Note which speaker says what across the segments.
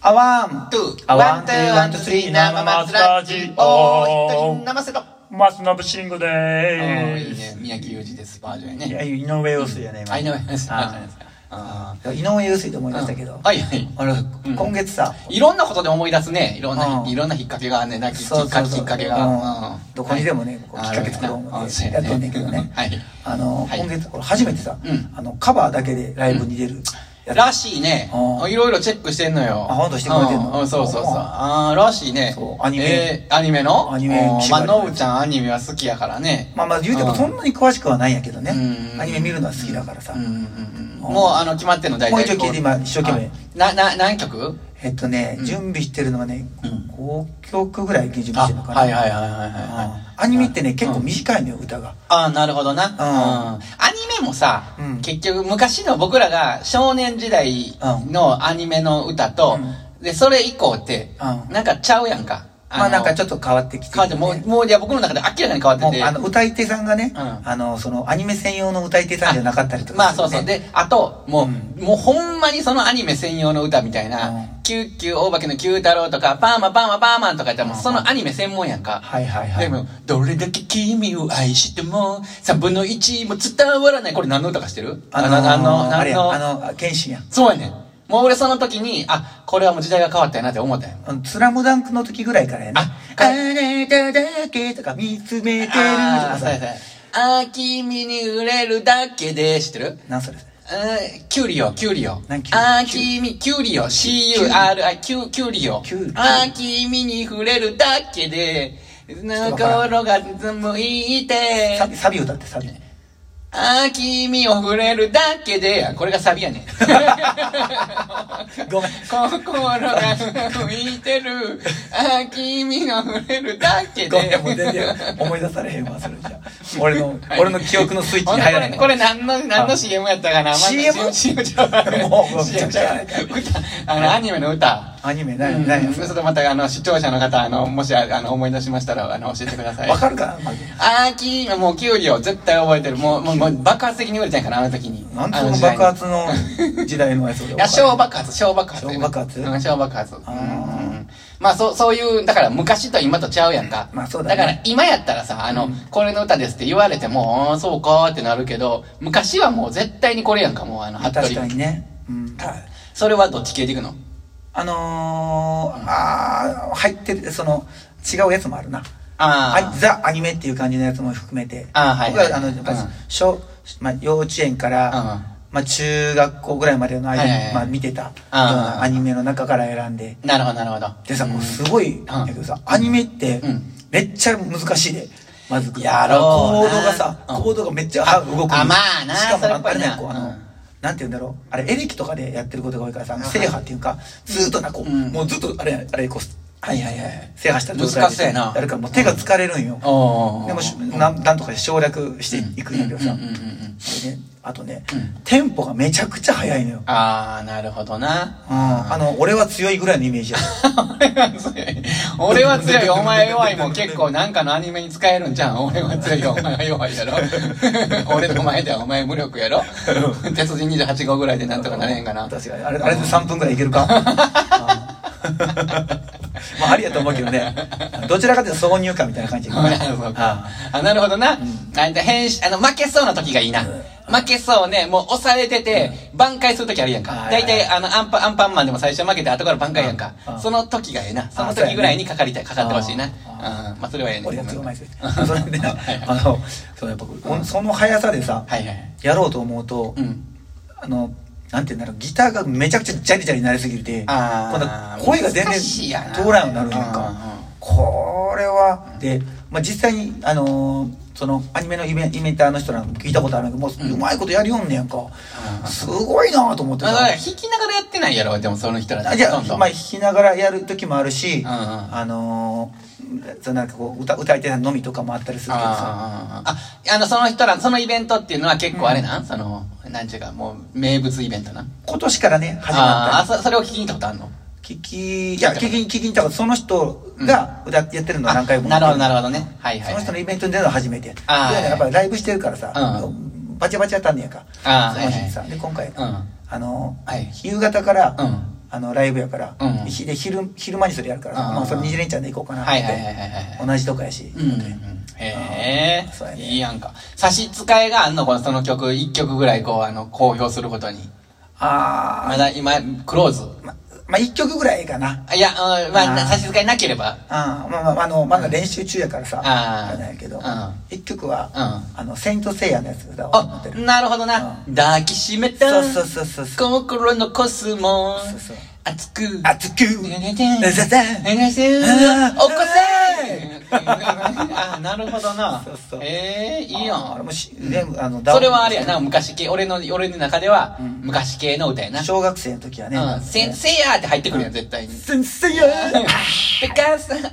Speaker 1: あわん。
Speaker 2: トゥー、
Speaker 1: あ
Speaker 2: ワ
Speaker 1: ワン
Speaker 2: ン、ツー、ワン、ツー、スリー、生松ラジオ、一人生瀬戸。あ
Speaker 1: マスノブシングで
Speaker 2: ー
Speaker 1: ー
Speaker 2: いい
Speaker 1: す。
Speaker 2: ね、宮城裕二です、バージョンや
Speaker 1: いや、
Speaker 2: ね。
Speaker 1: 井上陽水やね、
Speaker 2: あ、いないです、バージョン
Speaker 1: あ
Speaker 2: ですか。あ
Speaker 1: ー井上陽水と思いましたけど
Speaker 2: ー。はいはい。
Speaker 1: あの
Speaker 2: うん
Speaker 1: 今月さ、
Speaker 2: いろんなことで思い出すね。いろん
Speaker 1: う
Speaker 2: な、
Speaker 1: ん
Speaker 2: いろんな引っ掛けがね、なきっ
Speaker 1: そうそう
Speaker 2: か
Speaker 1: そう
Speaker 2: きっかけが。
Speaker 1: うん
Speaker 2: うん
Speaker 1: どこにでもねこう
Speaker 2: はい
Speaker 1: きっかけ作ろう思って
Speaker 2: あーそう
Speaker 1: やっとんねんけどね
Speaker 2: はい。
Speaker 1: あの、
Speaker 2: はい
Speaker 1: 今月、これ初めてさ
Speaker 2: うん、
Speaker 1: あの、カバーだけでライブに出るやつ。
Speaker 2: らしいね
Speaker 1: うん。
Speaker 2: いろいろチェックしてんのよ。
Speaker 1: あほんとしてくれてんの
Speaker 2: ううそうそうそう。
Speaker 1: うん
Speaker 2: あーらしいね
Speaker 1: そ。うアニメ
Speaker 2: えーアニメの
Speaker 1: アニメ
Speaker 2: うんまあ、
Speaker 1: 縛り
Speaker 2: のぶちゃんアニメは好きやからね。
Speaker 1: まあまあ言うてもそんなに詳しくはないんやけどね
Speaker 2: う。ん
Speaker 1: アニメ見るのは好きだからさ
Speaker 2: うん。うんうんうんもう、あの、決まってんの大
Speaker 1: も
Speaker 2: 体。
Speaker 1: う一応聞いて今一生懸命
Speaker 2: あ。な、な、何曲
Speaker 1: えっとね
Speaker 2: う、ん
Speaker 1: 準備してるのがね
Speaker 2: うん、
Speaker 1: 5曲ぐらい準備して
Speaker 2: あ、
Speaker 1: るのかな。
Speaker 2: はいはいはいはいは
Speaker 1: あ
Speaker 2: い。
Speaker 1: ーアニメってね、結構
Speaker 2: うん
Speaker 1: 短いのよ、歌が。
Speaker 2: ああ、なるほどな。うん。アニメもさ、
Speaker 1: うん
Speaker 2: 結局昔の僕らが少年時代のアニメの歌と、で、それ以降って、
Speaker 1: うん
Speaker 2: なんかちゃうやんか。
Speaker 1: まあなんかちょ
Speaker 2: っ
Speaker 1: っと変わってきて
Speaker 2: 変わって、
Speaker 1: る
Speaker 2: も
Speaker 1: よ
Speaker 2: う、
Speaker 1: ね。
Speaker 2: もう、いや、僕の中で明らかに変わって
Speaker 1: もう
Speaker 2: て。
Speaker 1: あの、歌い手さんがね、
Speaker 2: うん
Speaker 1: あの、その、アニメ専用の歌い手さんじゃなかったりとか、
Speaker 2: まあそうそう。、で、あと、もう、もうほんまにそのアニメ専用の歌みたいな、
Speaker 1: うん
Speaker 2: キューキュー大化けの九太郎とか、パーマパーマパーマンとか言ったらもうそのアニメ専門やんか。
Speaker 1: はいはいはい。
Speaker 2: でも、どれだけ君を愛しても、三分の一も伝わらない。これ何の歌かしてる
Speaker 1: あのー、あの、あ
Speaker 2: 何
Speaker 1: れや、
Speaker 2: の
Speaker 1: あの、剣心や。
Speaker 2: そうやねん。もう俺その時に、あ、これはもう時代が変わったやなって思ったよ。
Speaker 1: あのスラムダンクの時ぐらいからやね。
Speaker 2: あ
Speaker 1: あなただけとか見つめてるとか
Speaker 2: あーそうやそう
Speaker 1: さ。
Speaker 2: やあー、君に触れるだけで、知ってる
Speaker 1: なんそれ
Speaker 2: えーキュリオ、キュリオ。
Speaker 1: 何キュリオ
Speaker 2: あー、君、キュリオ、C-U-R-I、キュ、キュリオ
Speaker 1: キュリ。オ
Speaker 2: あー、君に触れるだけで、心が向いて
Speaker 1: サ、ビ、サビ歌ってサビ。
Speaker 2: あー、君を触れるだけで、これがサビや ねん。
Speaker 1: ごめん。
Speaker 2: 心が向いてる、あー、君の触れるだけ
Speaker 1: ごめ
Speaker 2: で
Speaker 1: ん、。もう全然思い出されへんわ、それじゃ。俺の、俺の記憶のスイッチに入らない。
Speaker 2: これ何の、何の CM やったかな
Speaker 1: CM？
Speaker 2: ?CM ちゃうわ
Speaker 1: もうもう
Speaker 2: CM ちゃうわ歌、あの、アニメの歌。
Speaker 1: アニメ、
Speaker 2: う
Speaker 1: 何、
Speaker 2: ん
Speaker 1: 何
Speaker 2: ちょっとまたあの視聴者の方あのもしああの思い出しましたらあの教えてください
Speaker 1: わかるかなマジで
Speaker 2: あーきーもうキュウリを絶対覚えてるもうもうもう爆発的に売れたんやからあの時に
Speaker 1: なんで
Speaker 2: あ
Speaker 1: その
Speaker 2: の時代に
Speaker 1: 爆発の時代のやつ俺
Speaker 2: いや小爆発小爆発
Speaker 1: 小爆発
Speaker 2: うん小爆発うん
Speaker 1: あ
Speaker 2: うんまあそうそういうだから昔と今とちゃうやんか
Speaker 1: まあそうだね
Speaker 2: から今やったらさあの、これの歌ですって言われてもあーそうかーってなるけど昔はもう絶対にこれやんかもうあの服
Speaker 1: 確
Speaker 2: 部
Speaker 1: かにね。うん。はい
Speaker 2: それはどっち系でいくの
Speaker 1: あのー、あー入ってる、その、違うやつもあるな。
Speaker 2: あ
Speaker 1: あ
Speaker 2: ー
Speaker 1: ザ・アニメっていう感じのやつも含めて。
Speaker 2: あーはい
Speaker 1: 僕は、あの、やっぱり
Speaker 2: うん
Speaker 1: 小、まあ、幼稚園から、
Speaker 2: うん
Speaker 1: まあ、中学校ぐらいまでの間に、
Speaker 2: はいはいはい
Speaker 1: まあ、見てたよう
Speaker 2: あー
Speaker 1: なアニメの中から選んで。
Speaker 2: なるほどなるほど
Speaker 1: でさ、こうすごい、やけどさ、アニメって
Speaker 2: うん、
Speaker 1: めっちゃ難しいで。まず、
Speaker 2: やろうな
Speaker 1: コードがさ、
Speaker 2: うん
Speaker 1: コードがめっちゃあ動く。
Speaker 2: あまあな
Speaker 1: しかも
Speaker 2: それっぽ
Speaker 1: あ
Speaker 2: い
Speaker 1: れ
Speaker 2: な
Speaker 1: ね、こう、あ
Speaker 2: う
Speaker 1: の
Speaker 2: ん、
Speaker 1: なんて言うんだろう。あれ、エレキとかでやってることが多いからさ、
Speaker 2: はい
Speaker 1: 制覇っていうか、ずーっとな、こう、
Speaker 2: うん
Speaker 1: もうずっと、あれ、あれ、こう、
Speaker 2: はいはいはい
Speaker 1: 制覇した状態で。
Speaker 2: 難しそうやな
Speaker 1: るから、もう手が疲れるんよ。
Speaker 2: おー
Speaker 1: でもし、なんなんとか省略していくんやけどさ。
Speaker 2: うんうんうんうんうん
Speaker 1: でねあとね
Speaker 2: うん、
Speaker 1: テンポがめちゃくちゃ速いのよ。
Speaker 2: ああ、なるほどな。
Speaker 1: うん。あの、俺は強いぐらいのイメージや。
Speaker 2: 俺は強い。俺は強い、お前弱いも結構なんかのアニメに使えるんじゃん。俺は強い、お前は弱 いやろ。俺の前ではお前無力やろ。鉄人28号ぐらいでなんとかなれへんかな。
Speaker 1: 確かにあれあれで3分ぐらいいけ るかまあありやと思うけどねどちらかというと挿入歌みたいな感じ
Speaker 2: そうか
Speaker 1: あ
Speaker 2: あなるほどな。あんた変身あの、負けそうな時がいいな。負けそうね、もう押されてて、挽回する時あるやんか。
Speaker 1: はいはい
Speaker 2: 大体、あの、アンパ、アンパンマンでも最初負けて、後から挽回やんか
Speaker 1: うんう。ん
Speaker 2: その時がええな。その
Speaker 1: そうや
Speaker 2: 時
Speaker 1: ね
Speaker 2: ぐらいにかかりたい、かかってほしいな。う
Speaker 1: うんん。
Speaker 2: まあ、それはええ
Speaker 1: あ
Speaker 2: ね。
Speaker 1: 俺が強い前 です
Speaker 2: うん
Speaker 1: それで
Speaker 2: はい
Speaker 1: ね
Speaker 2: はい
Speaker 1: あのそうやっぱこうその速さでさ
Speaker 2: はいはい。
Speaker 1: やろうと思うと
Speaker 2: うん。
Speaker 1: あのなんていうんだろうギターがめちゃくちゃジャリジャリになりすぎて
Speaker 2: あ
Speaker 1: 今度
Speaker 2: ー
Speaker 1: 声が全然
Speaker 2: 難しいやな
Speaker 1: 通らんようになるんやん
Speaker 2: うんうん
Speaker 1: かこれはで、まあ、実際にあのーそのアニメのイメイメーターの人らも聞いたことあるんだけどもう,、うまいことやりよんねやんかすごいなと思って
Speaker 2: まあ、だ
Speaker 1: さ
Speaker 2: から弾きながらやってないやろ、でもその人らって。
Speaker 1: あじゃあ
Speaker 2: ほとんど
Speaker 1: まあ弾きながらやる時もあるし、
Speaker 2: んうん
Speaker 1: あのーそのなんかこう歌歌い手さんのみとかもあったりするけどさ
Speaker 2: あーあーあーあの、その人ら、そのイベントっていうのは結構あれな、その、なんちゅうか、もう、名物イベントな。
Speaker 1: 今年からね始
Speaker 2: あ
Speaker 1: ま
Speaker 2: あ
Speaker 1: っ
Speaker 2: ー、そそれを聞きに行ったことあん
Speaker 1: た
Speaker 2: の
Speaker 1: 聞きいや聞き聞きに行ったからその人が歌ってやってるのは何回も
Speaker 2: あなるほど、なる
Speaker 1: ほ
Speaker 2: ほどね。はいは
Speaker 1: そ
Speaker 2: いは
Speaker 1: の
Speaker 2: い。
Speaker 1: 人のイベントに出るのは初めて
Speaker 2: あー
Speaker 1: でやっぱりライブしてるからさ、
Speaker 2: う
Speaker 1: バチャバチャやったんねやんか
Speaker 2: あー
Speaker 1: その日にさ、で今回、
Speaker 2: うん
Speaker 1: あのー
Speaker 2: はい
Speaker 1: 夕方から、
Speaker 2: うん
Speaker 1: あのライブやから、
Speaker 2: うん
Speaker 1: ひで昼昼間にそれやるから
Speaker 2: あー
Speaker 1: まあ、それ二次連チャンで行こうかなって、
Speaker 2: はいはいはいはいはい
Speaker 1: 同じとこやし、
Speaker 2: うんうんへ
Speaker 1: あーそうや
Speaker 2: え、
Speaker 1: ね
Speaker 2: いいやんか。差し支えがあんのこのその曲、一曲ぐらいこう、あの、公表することに。
Speaker 1: あ
Speaker 2: まだ今、クローズ。
Speaker 1: あままあ一曲ぐらいええかな
Speaker 2: あいや、うんまあ、
Speaker 1: あー
Speaker 2: 差し支えなければ。
Speaker 1: あーまあまああのまだ練習中やからさ、
Speaker 2: あー
Speaker 1: あれなんやけ
Speaker 2: う
Speaker 1: ど
Speaker 2: ん
Speaker 1: 一曲は、
Speaker 2: う
Speaker 1: あのセイントセイヤのやつだと思っ
Speaker 2: あ
Speaker 1: て、る
Speaker 2: なるほどな。抱きしめた。
Speaker 1: そうそうそうそう
Speaker 2: 心のコスモ
Speaker 1: そうそう。
Speaker 2: 熱く。
Speaker 1: 熱く
Speaker 2: ねねね
Speaker 1: ザザ
Speaker 2: ねねせ
Speaker 1: あー
Speaker 2: 起こせ あー、なるほどな
Speaker 1: そうそう。
Speaker 2: ええ、いいや
Speaker 1: あ
Speaker 2: ん
Speaker 1: れ。もし全部あのダウン
Speaker 2: それはあれやな、昔系、俺の、俺の中では、昔系の歌やな。
Speaker 1: 小学生の時はね、
Speaker 2: うん、せ、せやーって入ってくるやん、 絶対に。
Speaker 1: 先生や
Speaker 2: ペカさん、あ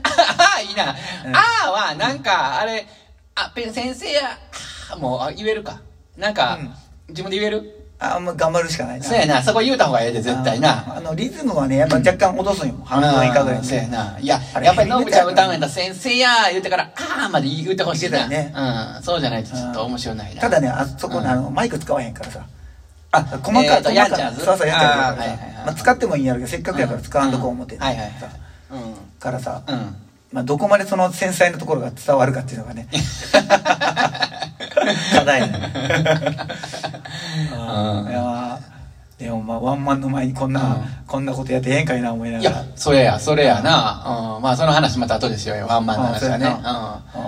Speaker 2: あ、いいな。あ
Speaker 1: うん
Speaker 2: あは、なんか、あれ、あ、ペ、先生や、あーもう、あ言えるか。なんか
Speaker 1: うん、
Speaker 2: 自分で言える
Speaker 1: あもう頑張るしかないな
Speaker 2: そうやな、そこ言うた方がええで、絶対な。
Speaker 1: あのリズムはねやっぱ若干落とすんよ、半分以下ぐらい
Speaker 2: うん
Speaker 1: に
Speaker 2: そうやな。いや、
Speaker 1: あれ
Speaker 2: やっぱり、のぶちゃん歌うんやったら、先生やー言ってから、ああまで言うてほしいな。
Speaker 1: 言ってた
Speaker 2: うん、そうじゃないとちょっと面白ないな。
Speaker 1: ただねあそこ
Speaker 2: うん
Speaker 1: のあのマイク使わへんからさあ細かい
Speaker 2: えー
Speaker 1: 細
Speaker 2: と
Speaker 1: かい
Speaker 2: やんちゃうやつ
Speaker 1: そうそうやっちゃうやつ
Speaker 2: あー
Speaker 1: や
Speaker 2: は
Speaker 1: から
Speaker 2: いはいは
Speaker 1: さ
Speaker 2: い
Speaker 1: まあ使ってもいいんやろうけどせっかくやから使わんとこ思って
Speaker 2: う
Speaker 1: て
Speaker 2: はいはいはい
Speaker 1: さ
Speaker 2: うん。
Speaker 1: からさ
Speaker 2: うん。
Speaker 1: まあどこまでその繊細なところが伝わるかっていうのが ね課題やねあ
Speaker 2: うん
Speaker 1: ーいやーでもまあワンマンの前にこんな、
Speaker 2: うん
Speaker 1: こんなことやってええんかいな思いないがら
Speaker 2: や、それや、それやな。うん。まあ、その話また後でしようよ。ワンマンの話はね。
Speaker 1: あそう
Speaker 2: うん。う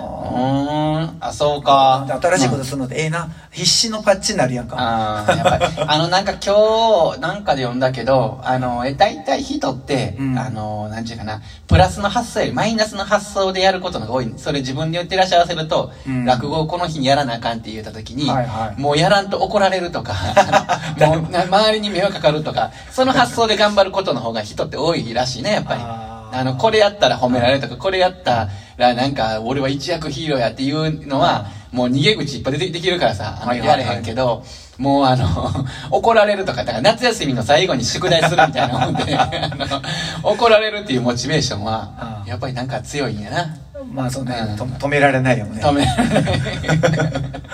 Speaker 2: ーん。あ、そうか。
Speaker 1: 新しいこと
Speaker 2: す
Speaker 1: するのってええな、必死のパッチになるやんか
Speaker 2: ああ、やっぱり。あの、なんか今日、なんかで読んだけど、あの、え、大体人って、
Speaker 1: うん
Speaker 2: あの、なんちゅうかな、プラスの発想よりマイナスの発想でやることのが多い。それ自分で言ってらっしゃわせると、
Speaker 1: うん
Speaker 2: 落語をこの日にやらなあかんって言った時に、
Speaker 1: はいはい
Speaker 2: もうやらんと怒られる とか、あのもうな周りに迷惑かかるとか、その発想で頑張ることの方が人って多いらしいね、やっぱり。
Speaker 1: あー
Speaker 2: あの、これやったら褒められるとか、これやったらなんか、俺は一躍ヒーローやっていうのは、もう逃げ口いっぱい出てできるからさ、あの
Speaker 1: はいはい
Speaker 2: や
Speaker 1: はい
Speaker 2: れへんけど、もうあの、 怒られるとか、だから夏休みの最後に宿題するみたい なもんで、あの怒られるっていうモチベーションは
Speaker 1: あ、ー
Speaker 2: やっぱりなんか強いんやな。
Speaker 1: まあそんな、
Speaker 2: うん
Speaker 1: と止められないよね
Speaker 2: 止められない。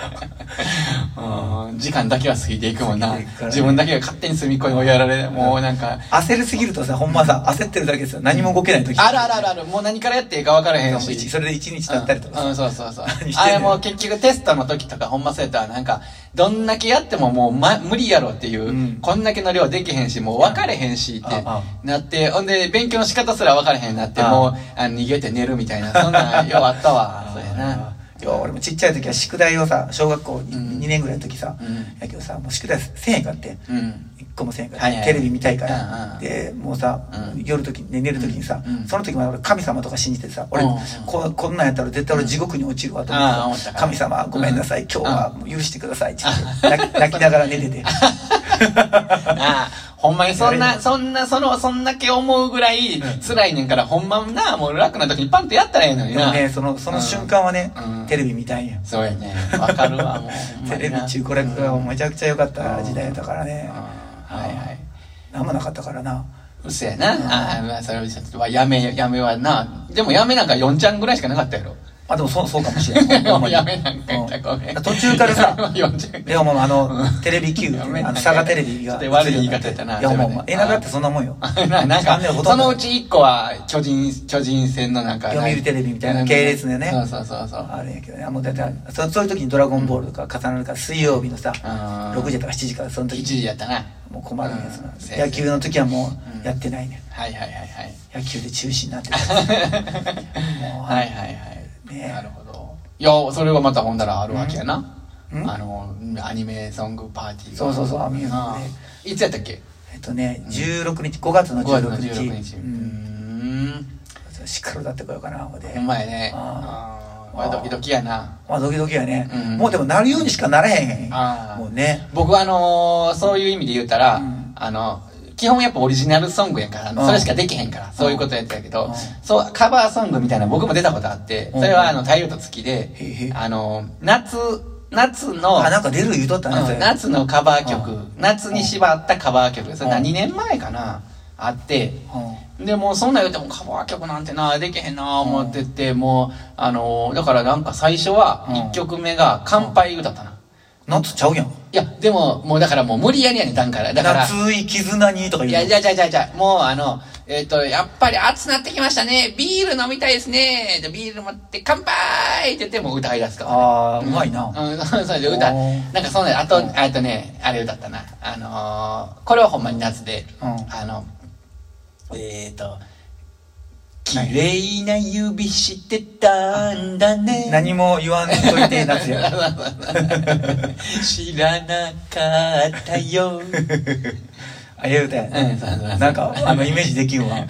Speaker 2: うん時間だけは過ぎていくもんな
Speaker 1: 過ぎていくか。らね
Speaker 2: 自分だけが勝手に隅っこに追いやられ、もうなんか、
Speaker 1: 焦りすぎるとさほんまさ焦ってるだけですよ何も動けない時
Speaker 2: あるあるあるある、もう何からやっていいか分からへん
Speaker 1: もう一
Speaker 2: し。
Speaker 1: それで一日経ったりとか
Speaker 2: うん、
Speaker 1: さ
Speaker 2: うんそうそうそう
Speaker 1: 何してんね。ん
Speaker 2: あれもう結局テストの時とかほんまそうやったらなんか、どんだけやってももう、ま、無理やろっていう、
Speaker 1: うん
Speaker 2: こんだけの量できへんし、もう分かれへんしって
Speaker 1: ああ
Speaker 2: なって、ほんで勉強の仕方すら分かれへんなって、
Speaker 1: あ
Speaker 2: もうあの逃げて寝るみたいな、そん なんようあったわ。そうやな。
Speaker 1: いや俺もちっちゃい時は宿題をさ小学校に
Speaker 2: うん
Speaker 1: 2年ぐらいの時さ、
Speaker 2: うん
Speaker 1: やけどさもう宿題1000円買って
Speaker 2: うん。
Speaker 1: 1個も1000円買って、
Speaker 2: はいはいはい
Speaker 1: テレビ見たいから、
Speaker 2: うんうん
Speaker 1: でもうさ、
Speaker 2: うん
Speaker 1: 夜時に、ね、寝る時にさ、
Speaker 2: うんうん
Speaker 1: その時も俺神様とか信じてさ俺、
Speaker 2: うん
Speaker 1: ここんなんやったら絶対俺地獄に落ちるわと思
Speaker 2: ああ思
Speaker 1: っ
Speaker 2: って
Speaker 1: さ
Speaker 2: たから
Speaker 1: 神様ごめんなさい、
Speaker 2: うん
Speaker 1: 今日はもう許してください」って言って泣き泣きながら寝て て
Speaker 2: なあ、ほんまにそん
Speaker 1: やれ
Speaker 2: な、
Speaker 1: る
Speaker 2: そんな、その、そんだけ思うぐらい辛いねんから、ほんまなあ、もう楽な時にパンとやったらええのに
Speaker 1: で
Speaker 2: な。
Speaker 1: もねそのその瞬間はね、
Speaker 2: うん
Speaker 1: テレビ見たいんや
Speaker 2: そうやね。わかるわ、もうほんま
Speaker 1: テ
Speaker 2: にな。
Speaker 1: レビ中古落がめちゃくちゃ良かった時代だからね
Speaker 2: あーはいはい。
Speaker 1: 何もなかったからな
Speaker 2: 嘘やな。ああ、まあ、それはちょっとまあ、やめ、やめはな。でもやめなんか4ちゃんぐらいしかなかったやろ。
Speaker 1: あでもそうそうかもしれない ほんまに
Speaker 2: やめなんか言ったらごめん
Speaker 1: うん途中 からさ
Speaker 2: 四ちゃん
Speaker 1: でももうあのテレビ Q っていう
Speaker 2: やめ
Speaker 1: ね
Speaker 2: な
Speaker 1: あ
Speaker 2: ん
Speaker 1: の
Speaker 2: か
Speaker 1: 佐賀テレビが
Speaker 2: ちょっと悪い言い方やったない
Speaker 1: やもう
Speaker 2: それはね
Speaker 1: 映画だってそんなもんよ
Speaker 2: ななん
Speaker 1: チャ
Speaker 2: か
Speaker 1: ンネルほ、と
Speaker 2: そ
Speaker 1: んど
Speaker 2: のうち1個は巨人、巨人戦のなんか。
Speaker 1: 読売テレビみたいな系列でね
Speaker 2: そうそうそうそう。
Speaker 1: あれやけどねもうだってそそういう時に「ドラゴンボール」とか重なるから水曜日のさ
Speaker 2: あー
Speaker 1: 6時とか7時からその
Speaker 2: 1
Speaker 1: 時
Speaker 2: 時やったな。
Speaker 1: もう困るやつ
Speaker 2: うん
Speaker 1: な野球の時はもうやってないね
Speaker 2: はいはいはいはい。
Speaker 1: 野球で中止になってる もう
Speaker 2: はいはいはい。
Speaker 1: ね
Speaker 2: なるほど。いや、それはまたほんだらあるわけやな。
Speaker 1: うん
Speaker 2: あの、アニメソングパーティーが
Speaker 1: そうそうそうアニメソングね
Speaker 2: うんいつやったっけ
Speaker 1: えっとね16日5月の
Speaker 2: 5月
Speaker 1: 16
Speaker 2: の
Speaker 1: 日
Speaker 2: 16日。う
Speaker 1: う
Speaker 2: ー
Speaker 1: ん
Speaker 2: ん。
Speaker 1: しっかり歌ってこようかなほんで
Speaker 2: ほんまやね。
Speaker 1: あ
Speaker 2: あーまあ、ドキドキやな。
Speaker 1: まあドキドキやね、
Speaker 2: うん
Speaker 1: もうでもなるようにしかならへん
Speaker 2: あー
Speaker 1: もうね
Speaker 2: 僕はあのーそういう意味で言うたら、
Speaker 1: うん
Speaker 2: あの基本やっぱオリジナルソングやから、
Speaker 1: うん
Speaker 2: それしかできへんから、そういうことやったけど、
Speaker 1: うん
Speaker 2: そう、カバーソングみたいなの僕も出たことあって、
Speaker 1: うん
Speaker 2: それはあの、太陽と月で
Speaker 1: へへ、
Speaker 2: あの、夏、夏の、
Speaker 1: あなんか出る言うとったね、それ
Speaker 2: うん夏のカバー曲、
Speaker 1: う
Speaker 2: 夏に縛ったカバー曲、そ
Speaker 1: う
Speaker 2: れ
Speaker 1: ん
Speaker 2: 何年前かな、あって、
Speaker 1: う
Speaker 2: でもうそんなん言うてもカバー曲なんてなできへんな思ってて、もうあのだからなんか最初は
Speaker 1: うん
Speaker 2: 1曲目が「乾杯」歌ったな、
Speaker 1: ん夏ちゃうやん
Speaker 2: いいや、でも、もうだからもう無理やりやねん、だから。だから。
Speaker 1: 夏い絆にとか
Speaker 2: い
Speaker 1: 言う
Speaker 2: や、じ
Speaker 1: の
Speaker 2: ゃあじゃあじゃあじゃあもうあの、えっ、と、やっぱり暑なってきましたね。ビール飲みたいですね。で、ビール持って乾杯って言ってもう歌い出すから、ね。
Speaker 1: あーうまいな
Speaker 2: うん、そうそうで歌
Speaker 1: おー、
Speaker 2: なんかそんな、あと、あとね、あれ歌ったな。あのーこれはほんまに夏で、
Speaker 1: うん
Speaker 2: あの、えっ、と、綺麗な指してたんだね。
Speaker 1: 何も言わんとい て夏や
Speaker 2: 知らなかったよ。
Speaker 1: あええ歌やな、
Speaker 2: うんそうそうそう
Speaker 1: なんかあのイメージできんわ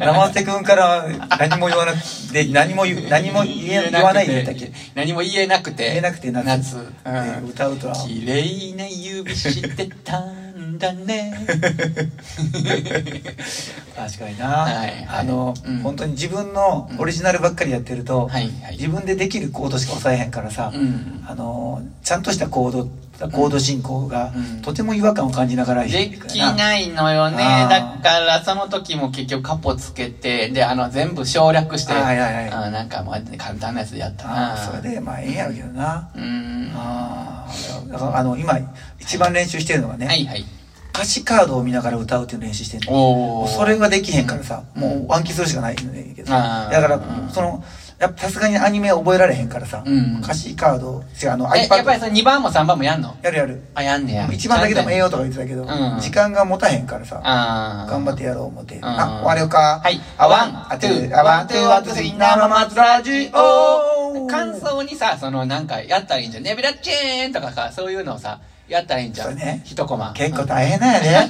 Speaker 1: 生瀬君から何も言わなくて何も言う何も言え言わないで言ったっけ
Speaker 2: 何も言えなくて
Speaker 1: 言えなくて夏
Speaker 2: 夏、
Speaker 1: で歌うとは
Speaker 2: 綺麗な指してたんだ ね
Speaker 1: 確かにな、
Speaker 2: はいはい
Speaker 1: あの、
Speaker 2: うん
Speaker 1: 本当に自分のオリジナルばっかりやってると、
Speaker 2: はいはい
Speaker 1: 自分でできるコードしか抑えへんからさ、
Speaker 2: うん
Speaker 1: あのちゃんとしたコードコード進行が、
Speaker 2: うん
Speaker 1: とても違和感を感じながら
Speaker 2: でき
Speaker 1: い
Speaker 2: ないのよね
Speaker 1: あー
Speaker 2: だからその時も結局カポつけてであの全部省略して、
Speaker 1: はいはいはい
Speaker 2: あーなんかもう簡単なやつでやったな
Speaker 1: あーそれでまあええんやろうけどな、
Speaker 2: うーん
Speaker 1: あーだからあの今一番練習してるのがね、
Speaker 2: はいはい
Speaker 1: 歌詞カードを見ながら歌うっていう練習してるの
Speaker 2: おー
Speaker 1: それができへんからさ、
Speaker 2: うん
Speaker 1: もう暗記するしかないんだけど
Speaker 2: あ
Speaker 1: だ
Speaker 2: ー
Speaker 1: からそのやっぱさすがにアニメ覚えられへんからさ、
Speaker 2: うん
Speaker 1: 歌詞カード違うあの
Speaker 2: えやっぱ
Speaker 1: iPad
Speaker 2: りそれ2番も3番もやんの
Speaker 1: やるやる
Speaker 2: あやんねや
Speaker 1: 一番だけでもええよとか言ってたけど、
Speaker 2: うん
Speaker 1: 時間が持たへんからさ、
Speaker 2: ああ
Speaker 1: 頑張ってやろう思って。
Speaker 2: ん
Speaker 1: あ、終われよか。
Speaker 2: はい。
Speaker 1: あ、
Speaker 2: あ、
Speaker 1: ワ
Speaker 2: ワ
Speaker 1: ン
Speaker 2: ン、、
Speaker 1: あ、
Speaker 2: あ、
Speaker 1: ツ
Speaker 2: ツ
Speaker 1: ー、
Speaker 2: ー、
Speaker 1: あ、
Speaker 2: あ、
Speaker 1: ワ
Speaker 2: ワ
Speaker 1: ン、
Speaker 2: ン、
Speaker 1: ツ
Speaker 2: ツ
Speaker 1: ー、
Speaker 2: ー、
Speaker 1: ワ
Speaker 2: ワ
Speaker 1: ン、
Speaker 2: ン、
Speaker 1: ツ
Speaker 2: ツ
Speaker 1: ー、
Speaker 2: ー、
Speaker 1: ス
Speaker 2: ス
Speaker 1: リ
Speaker 2: リ
Speaker 1: ー、
Speaker 2: ー、
Speaker 1: 生
Speaker 2: 生
Speaker 1: 松
Speaker 2: 松
Speaker 1: ラ
Speaker 2: ラ
Speaker 1: ジ
Speaker 2: ジ
Speaker 1: オ
Speaker 2: オ感想にさ、そのなんか、やったらいいんじゃん。ねびらっちーんとかさ、そういうのをさ、やったらいいんじゃ。
Speaker 1: そうんね
Speaker 2: 一コマ。
Speaker 1: 結構大変なんやね。